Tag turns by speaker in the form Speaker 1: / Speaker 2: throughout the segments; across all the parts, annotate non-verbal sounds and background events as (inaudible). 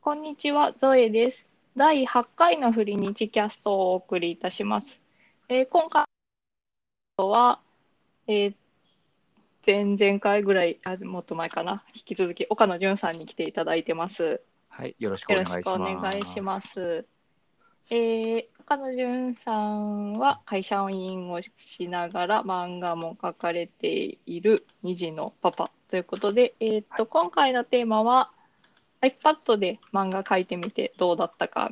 Speaker 1: こんにちは、ゾエです。第8回のフリニチキャストをお送りいたします。えー今回は、えー前々回ぐらい、あもっと前かな、引き続き岡野純さんに来ていただいてます。
Speaker 2: はい、よろしくお
Speaker 1: よ
Speaker 2: 願
Speaker 1: ろ
Speaker 2: いします。
Speaker 1: しくお願いします。えー、岡野純さんは会社員をしながら漫画も描かれている2児のパパということで、えーっと今回のテーマは iPad で漫画描いてみてどうだったか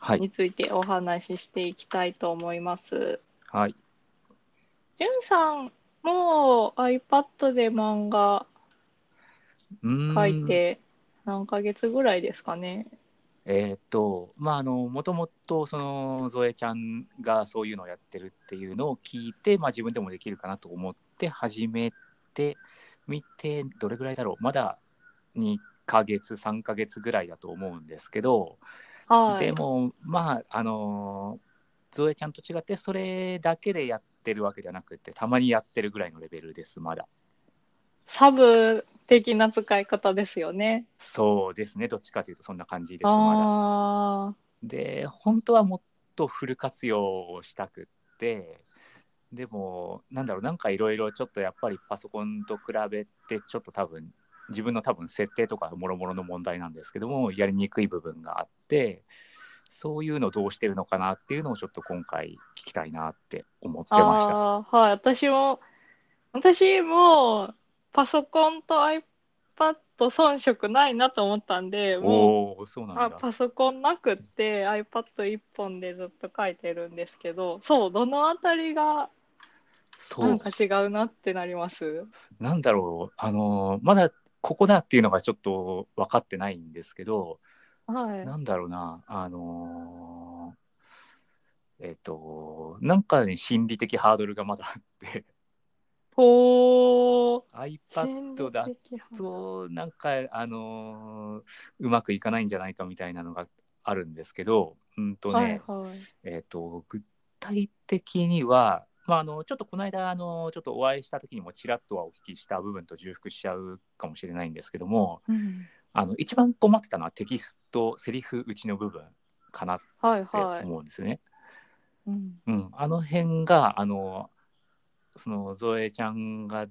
Speaker 2: はい、
Speaker 1: についてお話ししていきたいと思います。
Speaker 2: はい、
Speaker 1: 純さんもう iPad で漫画
Speaker 2: うーん
Speaker 1: 描い。て何ヶ月ぐらいですかね。
Speaker 2: えーっと、まあ、あの、もともと、その、ゾエちゃんがそういうのをやってるっていうのを聞いて、まあ、自分でもできるかなと思って始めてみて、どれぐらいだろう、まだ2ヶ月、3ヶ月ぐらいだと思うんですけど、
Speaker 1: はい。
Speaker 2: でも、まあ、あの、ゾエちゃんと違って、それだけでやってるわけじゃなくて、たまにやってるぐらいのレベルです、まだ。
Speaker 1: サブ的な使い方ですよね。
Speaker 2: そうですね、どっちかというとそんな感じです、まだ。
Speaker 1: あ
Speaker 2: で本当はもっとフル活用をしたくってでもなんだろうなんかいろいろちょっとやっぱりパソコンと比べてちょっと多分自分の多分設定とかもろもろの問題なんですけどもやりにくい部分があってそういうのどうしてるのかなっていうのをちょっと今回聞きたいなって思って
Speaker 1: あ
Speaker 2: ました。
Speaker 1: あーはい。私も、私もパソコンと iPad 遜色ないなと思ったんで、もう
Speaker 2: おおーそうな
Speaker 1: あ
Speaker 2: んだ。
Speaker 1: パソコンなくって iPad 一本でずっと書いてるんですけど、そう、どのあたりが
Speaker 2: そ
Speaker 1: なん
Speaker 2: う
Speaker 1: か違うなってなります。
Speaker 2: なんだろうあのーまだここだっていうのがちょっと分かってないんですけど
Speaker 1: はい。
Speaker 2: なんだろうな、あのーえっ、と、なんかね、心理的ハードルがまだ (laughs) あって、
Speaker 1: ほー。
Speaker 2: iPad だ
Speaker 1: 心理的
Speaker 2: と、なんか、あのーうまくいかないんじゃないかみたいなのがあるんですけど、うんとね、
Speaker 1: はいはい。
Speaker 2: えっ、と、具体的には、まあ、あのちょっとこの間あの、ちょっとお会いした時にもちらっとはお聞きした部分と重複しちゃうかもしれないんですけども、
Speaker 1: うん
Speaker 2: あの一番困ってたのはテキスト、セリフうちの部分かなっ
Speaker 1: はい
Speaker 2: て
Speaker 1: はい。
Speaker 2: 思うんですよね。
Speaker 1: うん
Speaker 2: うん、あの辺があのそのゾエちゃんが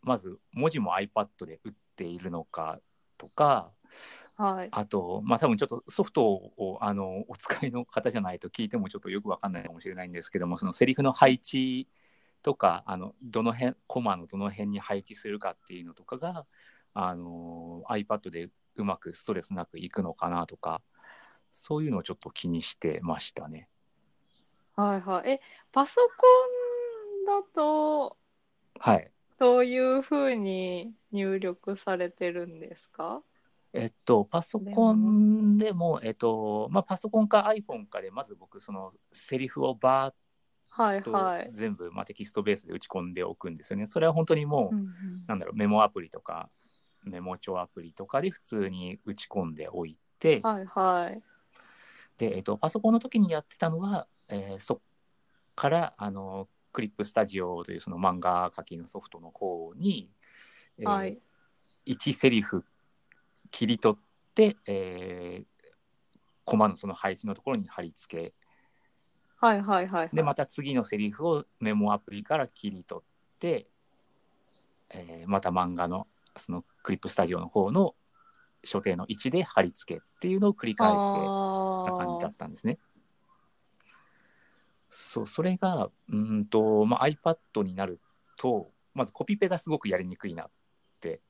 Speaker 2: まず文字も iPad で打っているのかとか
Speaker 1: はい。
Speaker 2: あとまあ多分ちょっとソフトをあのお使いの方じゃないと聞いてもちょっとよくわかんないかもしれないんですけどもそのセリフの配置とかあのどの辺コマのどの辺に配置するかっていうのとかがあの iPad でうまくストレスなくいくのかなとかそういうのをちょっと気にしてましたね。
Speaker 1: はいはい。え、パソコンだと、
Speaker 2: はい
Speaker 1: どういうふうに入力されてるんですか
Speaker 2: えっと、パソコンでも、えっと、まあ、パソコンか iPhone かで、まず僕、そのセリフをバ
Speaker 1: はい
Speaker 2: ーッ
Speaker 1: はい
Speaker 2: と。全部、まあ、テキストベースで打ち込んでおくんですよね。それは本当にもう、
Speaker 1: うんうん
Speaker 2: なんだろう、メモアプリとか、メモ帳アプリとかで普通に打ち込んでおいて、
Speaker 1: はいはい。
Speaker 2: で、えっと、パソコンの時にやってたのは、えーそっから、あの、クリップスタジオというその漫画書きのソフトの方に、えー
Speaker 1: はい
Speaker 2: 1セリフ切り取って、えーコマのその配置のところに貼り付け
Speaker 1: はいはいはい。
Speaker 2: でまた次のセリフをメモアプリから切り取って、えーまた漫画のそのクリップスタジオの方の所定の位置で貼り付けっていうのを繰り返して
Speaker 1: あ
Speaker 2: た感じだ
Speaker 1: ー
Speaker 2: ったんですね。そうそれがうーんと、まあ、iPad になるとまずコピペがすごくやりにくいなって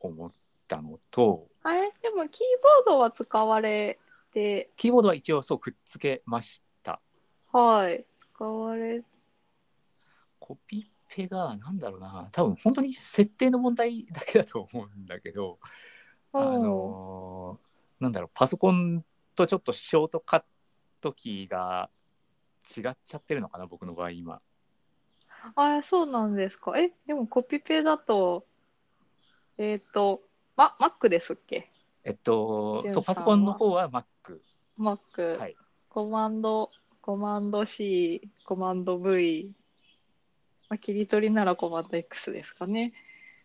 Speaker 2: 思ったのと、
Speaker 1: あれでもキーボードは使われて、
Speaker 2: キーボードは一応そうくっつけました。
Speaker 1: はい。使われ、
Speaker 2: コピペがなんだろうな、多分本当に設定の問題だけだと思うんだけど、あ
Speaker 1: おー
Speaker 2: のーなんだろう、パソコンとちょっとショートカットキーが違っちゃってるのかな、僕の場合今。
Speaker 1: あれ、そうなんですか。え、でもコピペだと、えっと、ま、Mac ですっけ
Speaker 2: えっと、
Speaker 1: ジュンさんは
Speaker 2: そう、パソコンの方は Mac。
Speaker 1: ?Mac。
Speaker 2: はい。
Speaker 1: コマンド、コマンド C、コマンド V、まあ、切り取りならコマンド X ですかね。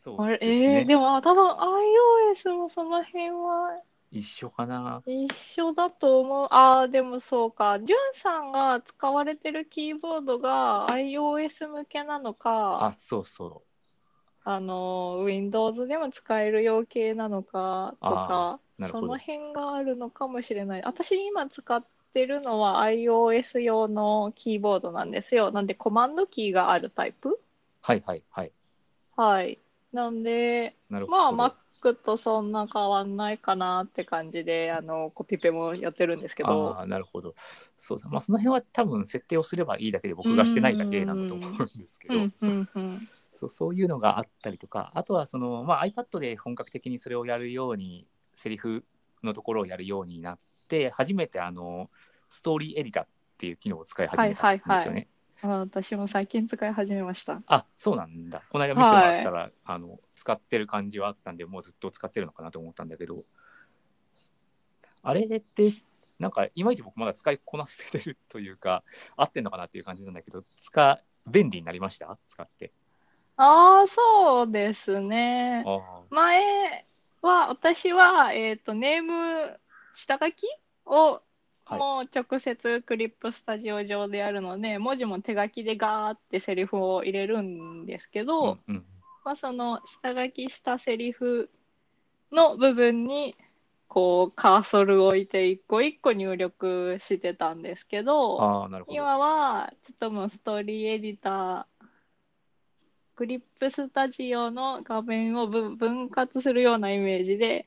Speaker 2: そ
Speaker 1: あ
Speaker 2: う
Speaker 1: れ
Speaker 2: です
Speaker 1: え
Speaker 2: ね。
Speaker 1: ー、でもあ多分 iOS もその辺は
Speaker 2: 一緒かな。
Speaker 1: 一緒だと思う。ああ、でもそうか。ジュンさんが使われてるキーボードが iOS 向けなのか、
Speaker 2: あ、そうそ
Speaker 1: あの、Windows でも使える用系なのかとか、
Speaker 2: う。なる
Speaker 1: そ
Speaker 2: ほど
Speaker 1: の。辺があるのかもしれない。私今使ってるのは iOS 用のキーボードなんですよ。なんでコマンドキーがあるタイプ。
Speaker 2: はいはいはい。はい
Speaker 1: なんで、
Speaker 2: なるほ
Speaker 1: ま
Speaker 2: ど。
Speaker 1: あ Mac とそんな変わんないかなって感じで、あの、コピペもやってるんですけど
Speaker 2: あ。あー、なるほど。そうだまあ、その辺は多分設定をすればいいだけで、僕がしてないだけなんだと思うんですけど、
Speaker 1: うんうんうん。
Speaker 2: そうそういうのがあったりとか、あとはその、まあ、iPad で本格的にそれをやるように、セリフのところをやるようになって、初めてあのストーリーエディターっていう機能を使い始めたんですよね。
Speaker 1: はいはいはいあ私も最近使い始めました。
Speaker 2: あそうなんだ。この間見てもらったら、あの使ってる感じはあったんで、もうずっと使ってるのかなと思ったんだけど、あれって、なんかいまいち僕まだ使いこなせてるというか、合ってんのかなっていう感じなんだけど、使便利になりました使って。
Speaker 1: ああ、そうですね。
Speaker 2: あ
Speaker 1: 前は、私は、えっ、と、ネーム、下書きを、
Speaker 2: はい
Speaker 1: もう直接クリップスタジオ上でやるので、文字も手書きでガーってセリフを入れるんですけ
Speaker 2: あ、
Speaker 1: ど、
Speaker 2: うんうん。
Speaker 1: まあ、その下書きしたセリフの部分にこうカーソルを置いて一個一個入力してたんですけど
Speaker 2: ああ、なるほど。
Speaker 1: 今はちょっともうストーリーエディタークリップスタジオの画面をぶ分割するようなイメージで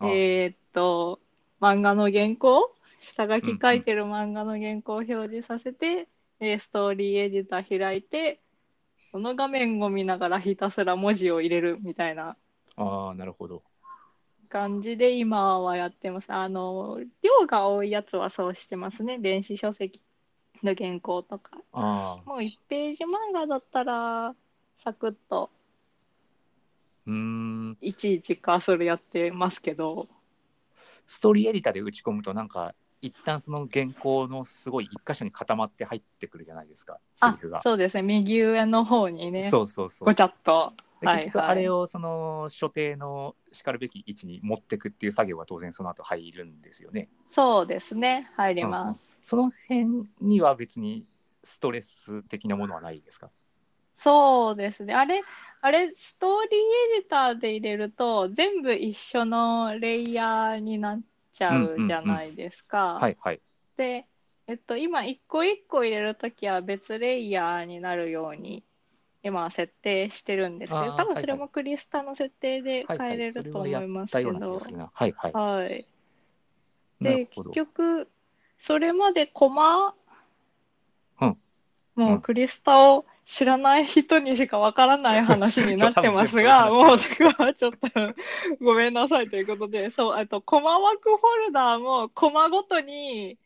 Speaker 2: あー
Speaker 1: えーっと漫画の原稿下書き書いてる漫画の原稿を表示させて、えーストーリーエディター開いてその画面を見ながらひたすら文字を入れるみたいな
Speaker 2: あー、なるほど。
Speaker 1: 感じで今はやってますあの量が多いやつはそうしてますね電子書籍の原稿とか
Speaker 2: ああ、
Speaker 1: もう1ページ漫画だったらサクッと
Speaker 2: うーん。
Speaker 1: いちいちカーソルやってますけど
Speaker 2: ストーリーエディターで打ち込むと、なんか、一旦その原稿のすごい一箇所に固まって入ってくるじゃないですか、セリ
Speaker 1: あ
Speaker 2: フが。
Speaker 1: そうですね右上の方にね
Speaker 2: そうそうそう
Speaker 1: ごちゃっと
Speaker 2: で
Speaker 1: はい
Speaker 2: 結局
Speaker 1: はい
Speaker 2: あれをその所定のしかるべき位置に持ってくっていう作業は当然その後入るんですよね。
Speaker 1: そうですね、入り
Speaker 2: うんう
Speaker 1: ま
Speaker 2: ん
Speaker 1: す。
Speaker 2: その辺には別にストレス的なものはないですか
Speaker 1: そうですね、あれ、あれ、ストーリーエディターで入れると、全部一緒のレイヤーになっちゃうじゃないですか。
Speaker 2: はいはい。
Speaker 1: で、えっと、今、一個一個入れるときは別レイヤーになるように、今、設定してるんですけ
Speaker 2: あ
Speaker 1: ど、
Speaker 2: ー
Speaker 1: 多分それもクリスタの設定で
Speaker 2: はいは
Speaker 1: 変えれ
Speaker 2: い、そ
Speaker 1: る
Speaker 2: れ
Speaker 1: と思
Speaker 2: はや
Speaker 1: い
Speaker 2: っ
Speaker 1: ます
Speaker 2: た
Speaker 1: け
Speaker 2: ような気
Speaker 1: ど
Speaker 2: がす。るな。はいはい。
Speaker 1: はい。
Speaker 2: なる
Speaker 1: で、
Speaker 2: ほど
Speaker 1: 結。局、それまでコマ、
Speaker 2: うん
Speaker 1: もうクリスタを知らない人にしかわからない話になってますが、
Speaker 2: そう
Speaker 1: もうそれはちょっとごめんなさいということで、そう、あとコマ枠フォルダーもコマごとに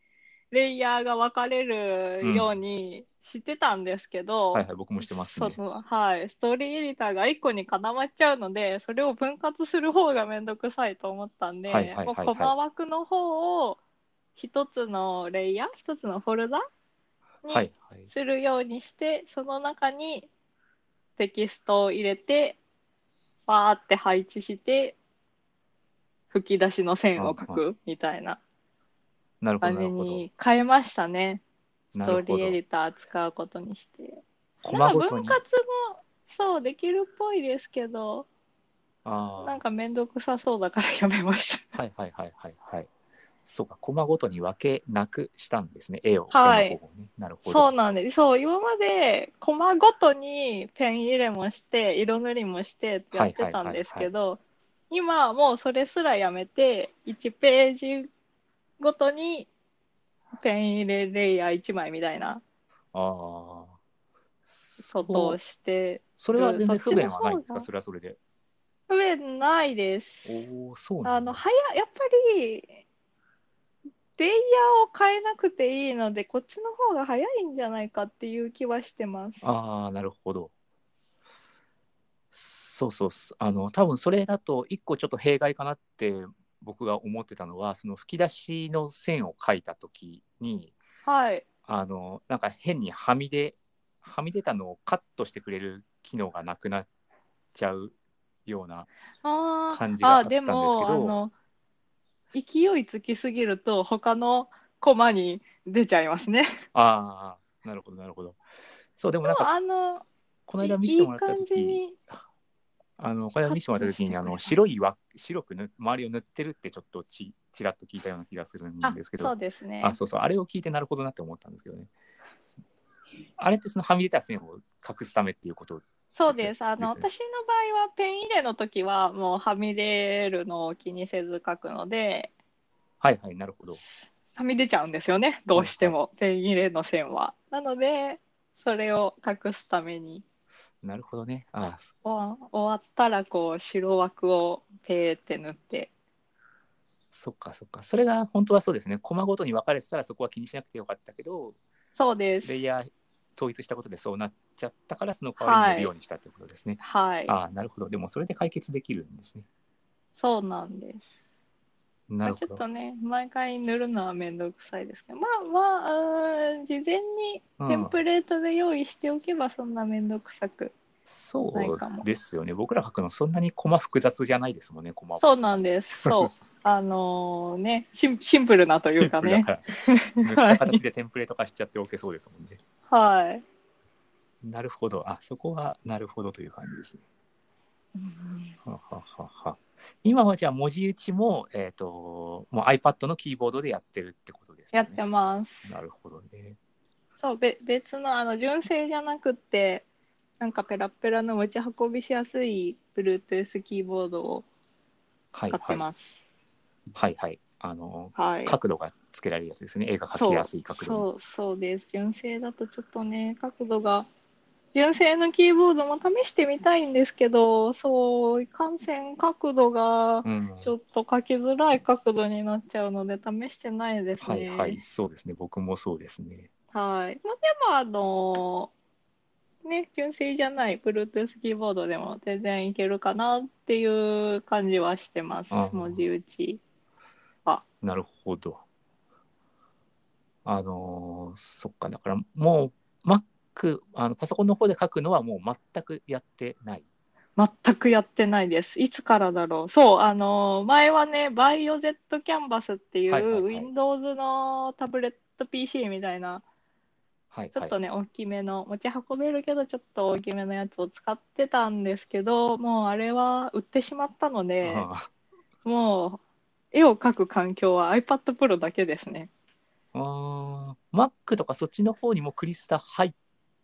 Speaker 1: レイヤーが分かれるようにしてたんですけど、
Speaker 2: はいはい、僕もしてますね。
Speaker 1: そのはい、ストーリーエディターが1個に固まっちゃうのでそれを分割する方がめんどくさいと思ったんで、
Speaker 2: はいはいはいはい
Speaker 1: もうコマ枠の方を一つのレイヤー一つのフォルダ
Speaker 2: は
Speaker 1: に
Speaker 2: いはい。
Speaker 1: するようにして、その中にテキストを入れてバーって配置して吹き出しの線を書くみたいな
Speaker 2: なるほ
Speaker 1: 感
Speaker 2: どな
Speaker 1: じ
Speaker 2: るほど。
Speaker 1: に変えましたねス
Speaker 2: な
Speaker 1: トー
Speaker 2: る
Speaker 1: リ
Speaker 2: ほ
Speaker 1: ー
Speaker 2: ど
Speaker 1: エ。ディター使うことにして。
Speaker 2: コ
Speaker 1: な
Speaker 2: マ
Speaker 1: ん
Speaker 2: ご
Speaker 1: か
Speaker 2: と
Speaker 1: 分
Speaker 2: に。
Speaker 1: 割もそうできるっぽいですけど
Speaker 2: あ
Speaker 1: なん
Speaker 2: あ。
Speaker 1: かめんどくさそうだからやめまし
Speaker 2: はいはいはいはいはい。そうか、コマごとに分けなくしたんですね。絵を。
Speaker 1: はい
Speaker 2: 絵の方をねなる
Speaker 1: た
Speaker 2: ほど。
Speaker 1: そうなんですそう今までコマごとにペン入れもして色塗りもしてやってたんですけど今はもうそれすらやめて1ページごとにペン入れレイヤー1枚みたいな
Speaker 2: ああ。
Speaker 1: ことをして
Speaker 2: それは
Speaker 1: そ
Speaker 2: 全然
Speaker 1: っちの
Speaker 2: 不便はないんです
Speaker 1: 方
Speaker 2: か
Speaker 1: が
Speaker 2: それはそれで。
Speaker 1: 不便ないです。
Speaker 2: おお、そう
Speaker 1: あ
Speaker 2: なん
Speaker 1: の
Speaker 2: だ。
Speaker 1: はややっぱりレイヤーを変えなくていいのでこっちの方が早いんじゃないかっていう気はしてます。
Speaker 2: ああ、なるほど。そうそうす。あの、多分それだと、一個ちょっと弊害かなって僕が思ってたのは、その吹き出しの線を書いたときに、
Speaker 1: はい。
Speaker 2: あの、なんか変にはみ出、はみ出たのをカットしてくれる機能がなくなっちゃうような。
Speaker 1: あー
Speaker 2: 感じがあったんです
Speaker 1: あ
Speaker 2: けど
Speaker 1: でもあの勢いつきすぎると他のコマに出ちゃいますね。
Speaker 2: ああ、なるほど、なるほど。そう、でも
Speaker 1: で
Speaker 2: なん
Speaker 1: も
Speaker 2: か、
Speaker 1: あの
Speaker 2: この間
Speaker 1: い
Speaker 2: 見せ
Speaker 1: い
Speaker 2: て
Speaker 1: い
Speaker 2: もらった
Speaker 1: 感
Speaker 2: 時
Speaker 1: じに
Speaker 2: あの、この間見せてもらった時に、
Speaker 1: (laughs) カッ
Speaker 2: あ
Speaker 1: トしてくれた
Speaker 2: の、白いわ、白くぬ、周りを塗ってるって、ちょっとち、ちらっと聞いたような気がするん
Speaker 1: あ
Speaker 2: ですけど。
Speaker 1: そうですね。
Speaker 2: あそうそうあれを聞いてなるほどなって思ったんですけどねあれってそのはみ出た線を隠すためっていうこと
Speaker 1: そうです。あ
Speaker 2: で
Speaker 1: の
Speaker 2: すね
Speaker 1: 私の場合はペン入れの時はもうはみ出るのを気にせず書くので
Speaker 2: はいはいなるほど
Speaker 1: はみ出ちゃうんですよねどうしても、ペン入れの線は。なのでそれを隠すために
Speaker 2: なるほどねあそ
Speaker 1: お終わったらこう白枠をペーって塗って
Speaker 2: そっかそっかそれが本当はそうですねコマごとに分かれてたらそこは気にしなくてよかったけど
Speaker 1: そうです。
Speaker 2: レイヤー統一したことでそうなっちゃったからその代わりに
Speaker 1: は
Speaker 2: 出
Speaker 1: い
Speaker 2: るようにしたってことですね、
Speaker 1: はい、
Speaker 2: あなるほどでもそれで解決できるんですね
Speaker 1: そうなんです。
Speaker 2: なる
Speaker 1: まあ
Speaker 2: ほ
Speaker 1: ちょ
Speaker 2: ど
Speaker 1: っとね、毎回塗るのはめんどくさいですけど、まあまあ、うーん事前にテンプレートで用意しておけば、そんなめんどくさく。
Speaker 2: そ
Speaker 1: ないかも
Speaker 2: うですよね僕ら書くのそんなにコマ複雑じゃないですもんねコマ
Speaker 1: そうなん
Speaker 2: (laughs)
Speaker 1: です。そう。あのね、シンシンプル (laughs) なというか
Speaker 2: (laughs)
Speaker 1: ね。 (laughs)
Speaker 2: 塗った形でテンプレート化しちゃっておけそうですもんね。
Speaker 1: はい。
Speaker 2: なるほど。あ、そこはなるほどという感じですね。はははは。今はじゃあ文字打ちも、えっ、と、もう iPad のキーボードでやってるってことですね。
Speaker 1: やってます。
Speaker 2: なるほどね。
Speaker 1: そう、べ別の、あの、純正じゃなくって、なんかペラッペラの持ち運びしやすい Bluetooth キーボードを
Speaker 2: はい
Speaker 1: 使って
Speaker 2: はい。
Speaker 1: ます。
Speaker 2: はいはい。あの、
Speaker 1: はい。
Speaker 2: 角度がつけられるやつですね。絵が描
Speaker 1: そう
Speaker 2: きやすい角度
Speaker 1: そ
Speaker 2: に。
Speaker 1: うそうです純正だとちょっとね角度が純正のキーボードも試してみたいんですけどそういかんせん角度が
Speaker 2: うん、
Speaker 1: ちょっと書きづらい角度になっちゃうので試してないです
Speaker 2: はい
Speaker 1: ね
Speaker 2: はい。そうですね。僕もそうですね。
Speaker 1: はいまあでもあのね純正じゃない Bluetooth キーボードでも全然いけるかなっていう感じはしてます
Speaker 2: あー
Speaker 1: 文字打ち
Speaker 2: なるほど。あのーそっか、だからもう Mac、あのパソコンの方で書くのはもう全くやってない。
Speaker 1: 全くやってないです。いつからだろう。そう、あのー前はね、バイオゼットキャンバスっていう、
Speaker 2: はいはいはい
Speaker 1: Windows のタブレット PC みたいな、
Speaker 2: はい、
Speaker 1: ちょっと
Speaker 2: はい。
Speaker 1: ね、大きめの、持ち運べるけど、ちょっと大きめのやつを使ってたんですけど、もうあれは売ってしまったので、
Speaker 2: あ
Speaker 1: もう、絵を描く環境は iPad Pro だけですね。
Speaker 2: ーあー、Mac とかそっちの方にもクリスタ入っ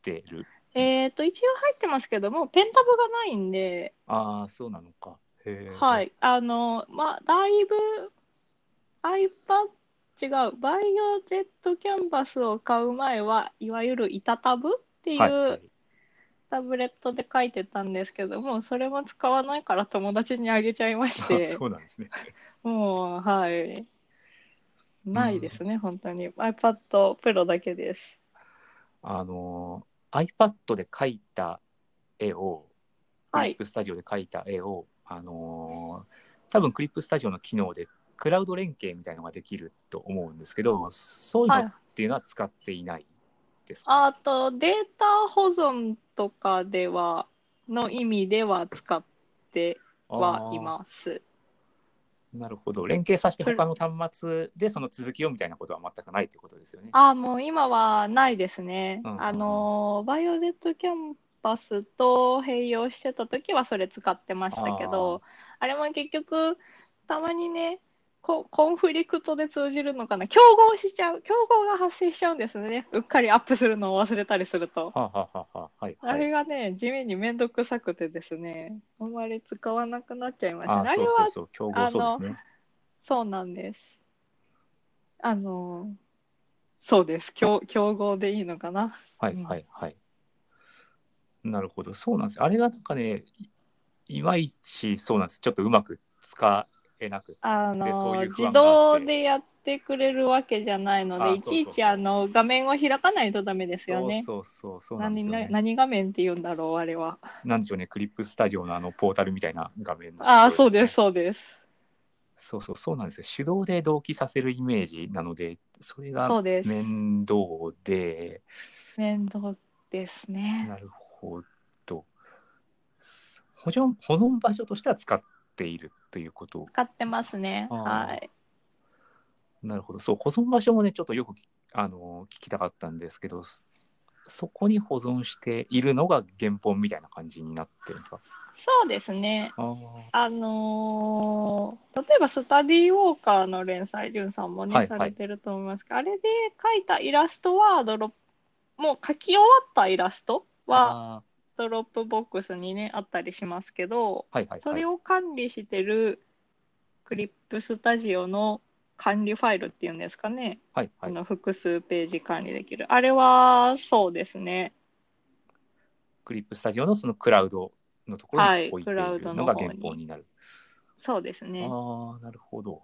Speaker 2: てる。
Speaker 1: えっ、と、一応入ってますけども、ペンタブがないんで、
Speaker 2: ああ、そうなのか。へー
Speaker 1: は。い、あの、まあ、だいぶ iPad 違う、バイオジェットキャンバスを買う前は、いわゆる板タブってい
Speaker 2: はい、は
Speaker 1: う
Speaker 2: い。
Speaker 1: タブレットで書いてたんですけど、もうそれも使わないから友達にあげちゃいまし
Speaker 2: あ
Speaker 1: て、
Speaker 2: (laughs) そうなんですね。
Speaker 1: もう、はい。ないですね、本当に。iPad Pro だけです。
Speaker 2: あのー iPad で描いた絵を、
Speaker 1: はい
Speaker 2: クリップスタジオで描いた絵を、あのー多分クリップスタジオの機能でクラウド連携みたいのができると思うんですけど、そういうの
Speaker 1: はい
Speaker 2: っていうのは使っていないですか、
Speaker 1: あと、データ保存とかでは、の意味では使ってはい
Speaker 2: あ
Speaker 1: ます。
Speaker 2: ーなるほど。連携させて他の端末でその続きをみたいなことは全くないってことですよね。
Speaker 1: あもう今はないですね。
Speaker 2: うんうんうん
Speaker 1: あのバイオレットキャンパスと併用してた時はそれ使ってましたけど、あれも結局たまにねココンフリクトで通じるのかな競合しちゃう競合が発生しちゃうんですねうっかりアップするのを忘れたりすると。
Speaker 2: はあ、はあはあはあ、はい、
Speaker 1: あ
Speaker 2: はい。
Speaker 1: れがね、地味に面倒くさくてですね、あんまり使わなくなっちゃいました
Speaker 2: あ
Speaker 1: ね。
Speaker 2: ー
Speaker 1: あれ
Speaker 2: そう
Speaker 1: は
Speaker 2: そうそう、競合そうですね。
Speaker 1: そうなんです。あの、そうです。競競合でいいのかな。
Speaker 2: はい
Speaker 1: うん
Speaker 2: はいはい。なるほど、そうなんです。あれがなんかね、いいまいちそうなんです。ちょっとうまく使えなくて。
Speaker 1: あ
Speaker 2: でそう
Speaker 1: の
Speaker 2: いう不
Speaker 1: 自
Speaker 2: 安があって
Speaker 1: 動でやってくれるわけじゃないの
Speaker 2: あ
Speaker 1: で、
Speaker 2: そう
Speaker 1: い
Speaker 2: そうそう
Speaker 1: ちいちあの画面を開かないとダメですよね。
Speaker 2: そうそうそうそうなんで
Speaker 1: 何
Speaker 2: すよ、
Speaker 1: な
Speaker 2: ね。
Speaker 1: 何画面って言うんだろう、あれは。
Speaker 2: なんでしょうね、クリップスタジオのあのポータルみたいな画面なんけど
Speaker 1: ああ、そうです、。そうです。
Speaker 2: そうそうそうなんですよ。手動で同期させるイメージなので、それ
Speaker 1: そ
Speaker 2: が
Speaker 1: うです。
Speaker 2: 面倒で、
Speaker 1: 面倒ですね。
Speaker 2: なるほど。保存保存場所としては使っているということ。
Speaker 1: 使ってますね。
Speaker 2: あー
Speaker 1: はい。
Speaker 2: なるほど。そう、保存場所もね、ちょっとよくきあの聞きたかったんですけど、そそこに保存しているのが原本みたいな感じになってるんですか
Speaker 1: そうですね。
Speaker 2: ああ、
Speaker 1: あのー例えば「スタディーウォーカー」の連載潤さんもね、
Speaker 2: はい
Speaker 1: されてると思いますけどあれで描いたイラストはドロップもう描き終わったイラストは
Speaker 2: あ
Speaker 1: ドロップボックスにねあったりしますけど
Speaker 2: ーはいはい
Speaker 1: そ
Speaker 2: はい
Speaker 1: れ。を管理してるクリップスタジオの管理ファイルっていうんですかね、
Speaker 2: はい
Speaker 1: あ
Speaker 2: はい、
Speaker 1: の複数ページ管理できるあれはそうですね
Speaker 2: クリップスタジオのそのクラウドのところ
Speaker 1: はい
Speaker 2: に置いているのが
Speaker 1: クラウドの方に
Speaker 2: 原本になる。
Speaker 1: そうですね
Speaker 2: ああ、なるほど。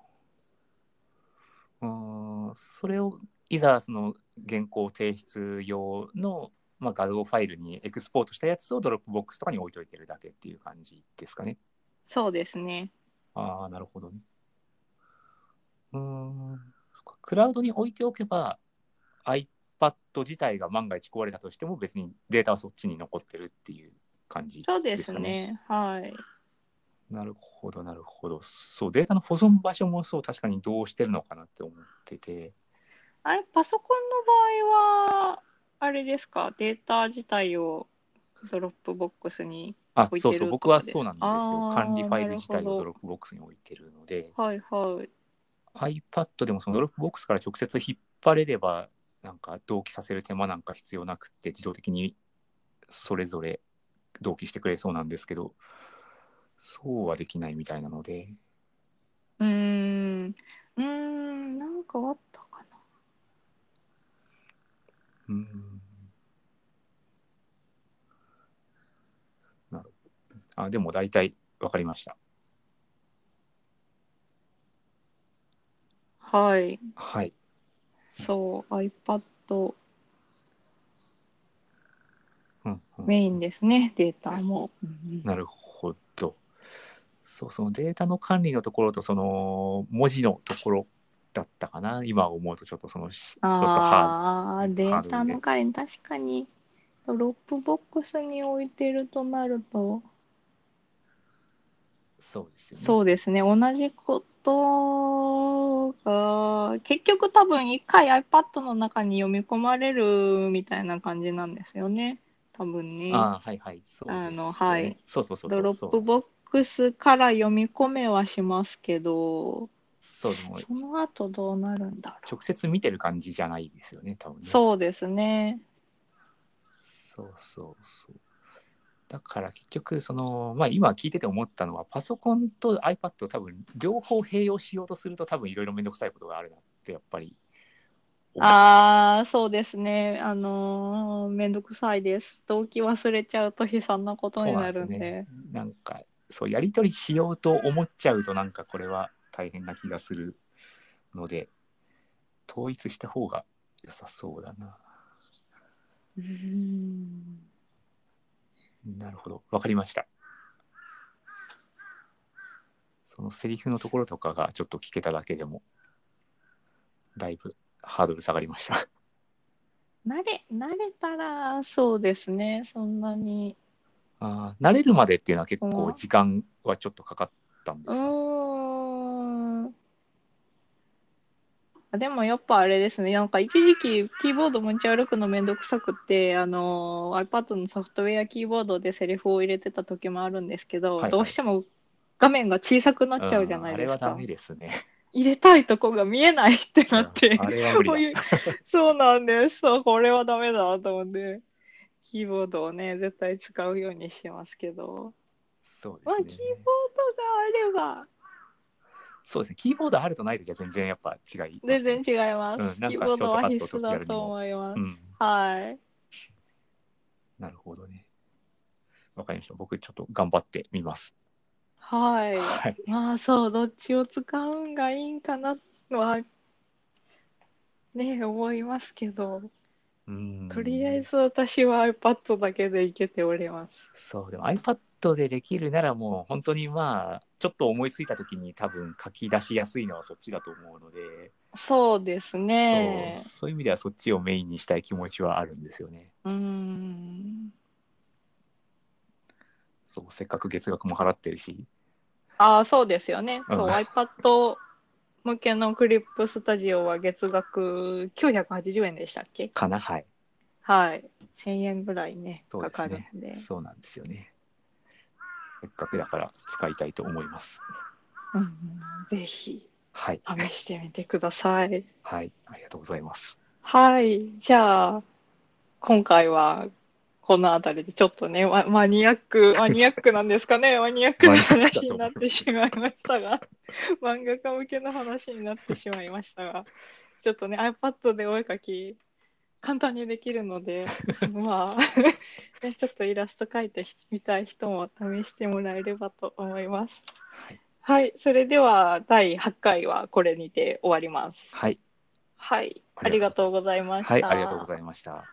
Speaker 2: うーん、それをいざその原稿提出用の、まあ、画像ファイルにエクスポートしたやつをドロップボックスとかに置いといてるだけっていう感じですかね。
Speaker 1: そうですね
Speaker 2: ああ、なるほどね。うーん、そっかクラウドに置いておけば iPad 自体が万が一壊れたとしても別にデータはそっちに残ってるっていう感じ
Speaker 1: そうです
Speaker 2: か
Speaker 1: ねはい
Speaker 2: なるほど、なるほど。そう、データの保存場所もそう、確かにどうしてるのかなって思ってて。
Speaker 1: あれ、パソコンの場合は、あれですか、データ自体をドロップボックスに。
Speaker 2: あ
Speaker 1: 置い、て
Speaker 2: そ
Speaker 1: る
Speaker 2: うそう、
Speaker 1: と
Speaker 2: 僕
Speaker 1: か
Speaker 2: は
Speaker 1: です
Speaker 2: そうなんです
Speaker 1: あ
Speaker 2: よ。
Speaker 1: ー
Speaker 2: 管理ファイル自体
Speaker 1: なるほ
Speaker 2: を
Speaker 1: ど
Speaker 2: ドロップボックスに置いてるので、
Speaker 1: はいはい。
Speaker 2: iPad でもそのドロップボックスから直接引っ張れれば、なんか同期させる手間なんか必要なくって、自動的にそれぞれ同期してくれそうなんですけど、そうはできないみたいなので、
Speaker 1: うーん。うーん、なんかあったかな。
Speaker 2: うーんなるほどあでも大体わかりました。
Speaker 1: はい。
Speaker 2: はい。
Speaker 1: そう、iPad
Speaker 2: うんうん
Speaker 1: メインですね、データも。うん
Speaker 2: なるほど。そう、そのデータの管理のところと、その文字のところだったかな。今思うとちょっとそのし、ちょっとハ
Speaker 1: ああ、データの管理、確かに、ドロップボックスに置いてるとなると、
Speaker 2: ードそうですよね。
Speaker 1: そうですね、同じことが、結局多分一回 iPad の中に読み込まれるみたいな感じなんですよね、多分ね。
Speaker 2: あーはいはい。そうですよね、
Speaker 1: あのはい
Speaker 2: そうそうそうそ
Speaker 1: ド
Speaker 2: う。
Speaker 1: ロップボックスから読み込めはしますけど、
Speaker 2: そう、でも
Speaker 1: その後どうなるんだろ
Speaker 2: 直接見てる感じじゃないですよね、多
Speaker 1: う。
Speaker 2: 分ね。
Speaker 1: そうですね。
Speaker 2: そうそうそう。だから結局その、まあ、今聞いてて思ったのはパソコンと iPad を多分両方併用しようとすると多分いろいろ面倒くさいことがあるなってやっぱり
Speaker 1: ああ、そうですね。あのーめんどくさいです。動機忘れちゃうと悲惨なこと
Speaker 2: そう
Speaker 1: に
Speaker 2: な
Speaker 1: なん
Speaker 2: です
Speaker 1: るんで。
Speaker 2: ね。なんかそうやり取りしようと思っちゃうとなんかこれは大変な気がするので統一した方が良さそうだな。
Speaker 1: うーん
Speaker 2: なるほど、わかりました。そのセリフのところとかがちょっと聞けただけでも、だいぶハードル下がりました。 (laughs)
Speaker 1: 慣れ慣れたらそうですねそんなに
Speaker 2: あー慣れるまでっていうのは結
Speaker 1: う
Speaker 2: 構
Speaker 1: ん
Speaker 2: 時間はちょっとかかったんで
Speaker 1: う
Speaker 2: すか
Speaker 1: ーんでもやっぱあれですねなんか一時期キーボード持ち歩くのめんどくさくってあの iPad のソフトウェアキーボードでセリフを入れてた時もあるんですけど、
Speaker 2: はいはい
Speaker 1: どうしても画面が小さくなっちゃうじゃない
Speaker 2: んあれ
Speaker 1: で
Speaker 2: は
Speaker 1: すか、
Speaker 2: ダメですね。
Speaker 1: 入れたいとこが見えないってなって
Speaker 2: あれは無
Speaker 1: こうい
Speaker 2: 理
Speaker 1: う
Speaker 2: だ。
Speaker 1: そうなんです。そう、これはダメだと思って、キーボードをね、絶対使うようにしてますけど、
Speaker 2: そう
Speaker 1: まあ、キーボ
Speaker 2: で
Speaker 1: ー
Speaker 2: すね。
Speaker 1: ドがあれば、
Speaker 2: そうですね。キーボードあるとないときは全然やっぱ違いますね、
Speaker 1: 全然違います。
Speaker 2: うんなんか
Speaker 1: キーボードは必須だと思います。
Speaker 2: うん。
Speaker 1: はい。
Speaker 2: なるほどね。わかりました。僕ちょっと頑張ってみます。
Speaker 1: は
Speaker 2: はい。
Speaker 1: い。まあ、そう、どっちを使うんがいいんかなのは、ね、思いますけど、
Speaker 2: うん
Speaker 1: とりあえず私は iPad だけでいけております。
Speaker 2: そうでも iPad でできるならもう本当にまあちょっと思いついた時に多分書き出しやすいのはそっちだと思うので、
Speaker 1: そうですね
Speaker 2: そう。そういう意味ではそっちをメインにしたい気持ちはあるんですよね。
Speaker 1: うーん。
Speaker 2: そうせっかく月額も払ってるし
Speaker 1: ああ、そうですよね。そう、
Speaker 2: うん
Speaker 1: iPad 向けのクリップスタジオは月額980円でしたっけ
Speaker 2: かなはい
Speaker 1: はい。1000円ぐらいね、
Speaker 2: そう
Speaker 1: か
Speaker 2: です
Speaker 1: かる
Speaker 2: ね
Speaker 1: んで。
Speaker 2: そうなんですよねせっかくだから使いたいと思います
Speaker 1: うんうん、ぜひ
Speaker 2: はい
Speaker 1: 試してみてください。
Speaker 2: はいありがとうございます
Speaker 1: はい。じゃあ、今回はこのあたりでちょっとね、ママニアッ (laughs) ク、マニアックなんですかね、マニアックな話になってしまいましたが、 (laughs) 漫画家向けの話になってしまいましたが、ちょっとね、iPad でお絵描き、簡単にできるの (laughs) で、まあ、 (laughs) ね、ちょっとイラスト描いてみたい人も試してもらえればと思います。
Speaker 2: はい、
Speaker 1: はい。それでは、第8回はこれにて終わります。
Speaker 2: はい
Speaker 1: はい、
Speaker 2: あ
Speaker 1: あ
Speaker 2: り
Speaker 1: り
Speaker 2: が
Speaker 1: がとうございました。
Speaker 2: はい、ありがとうございました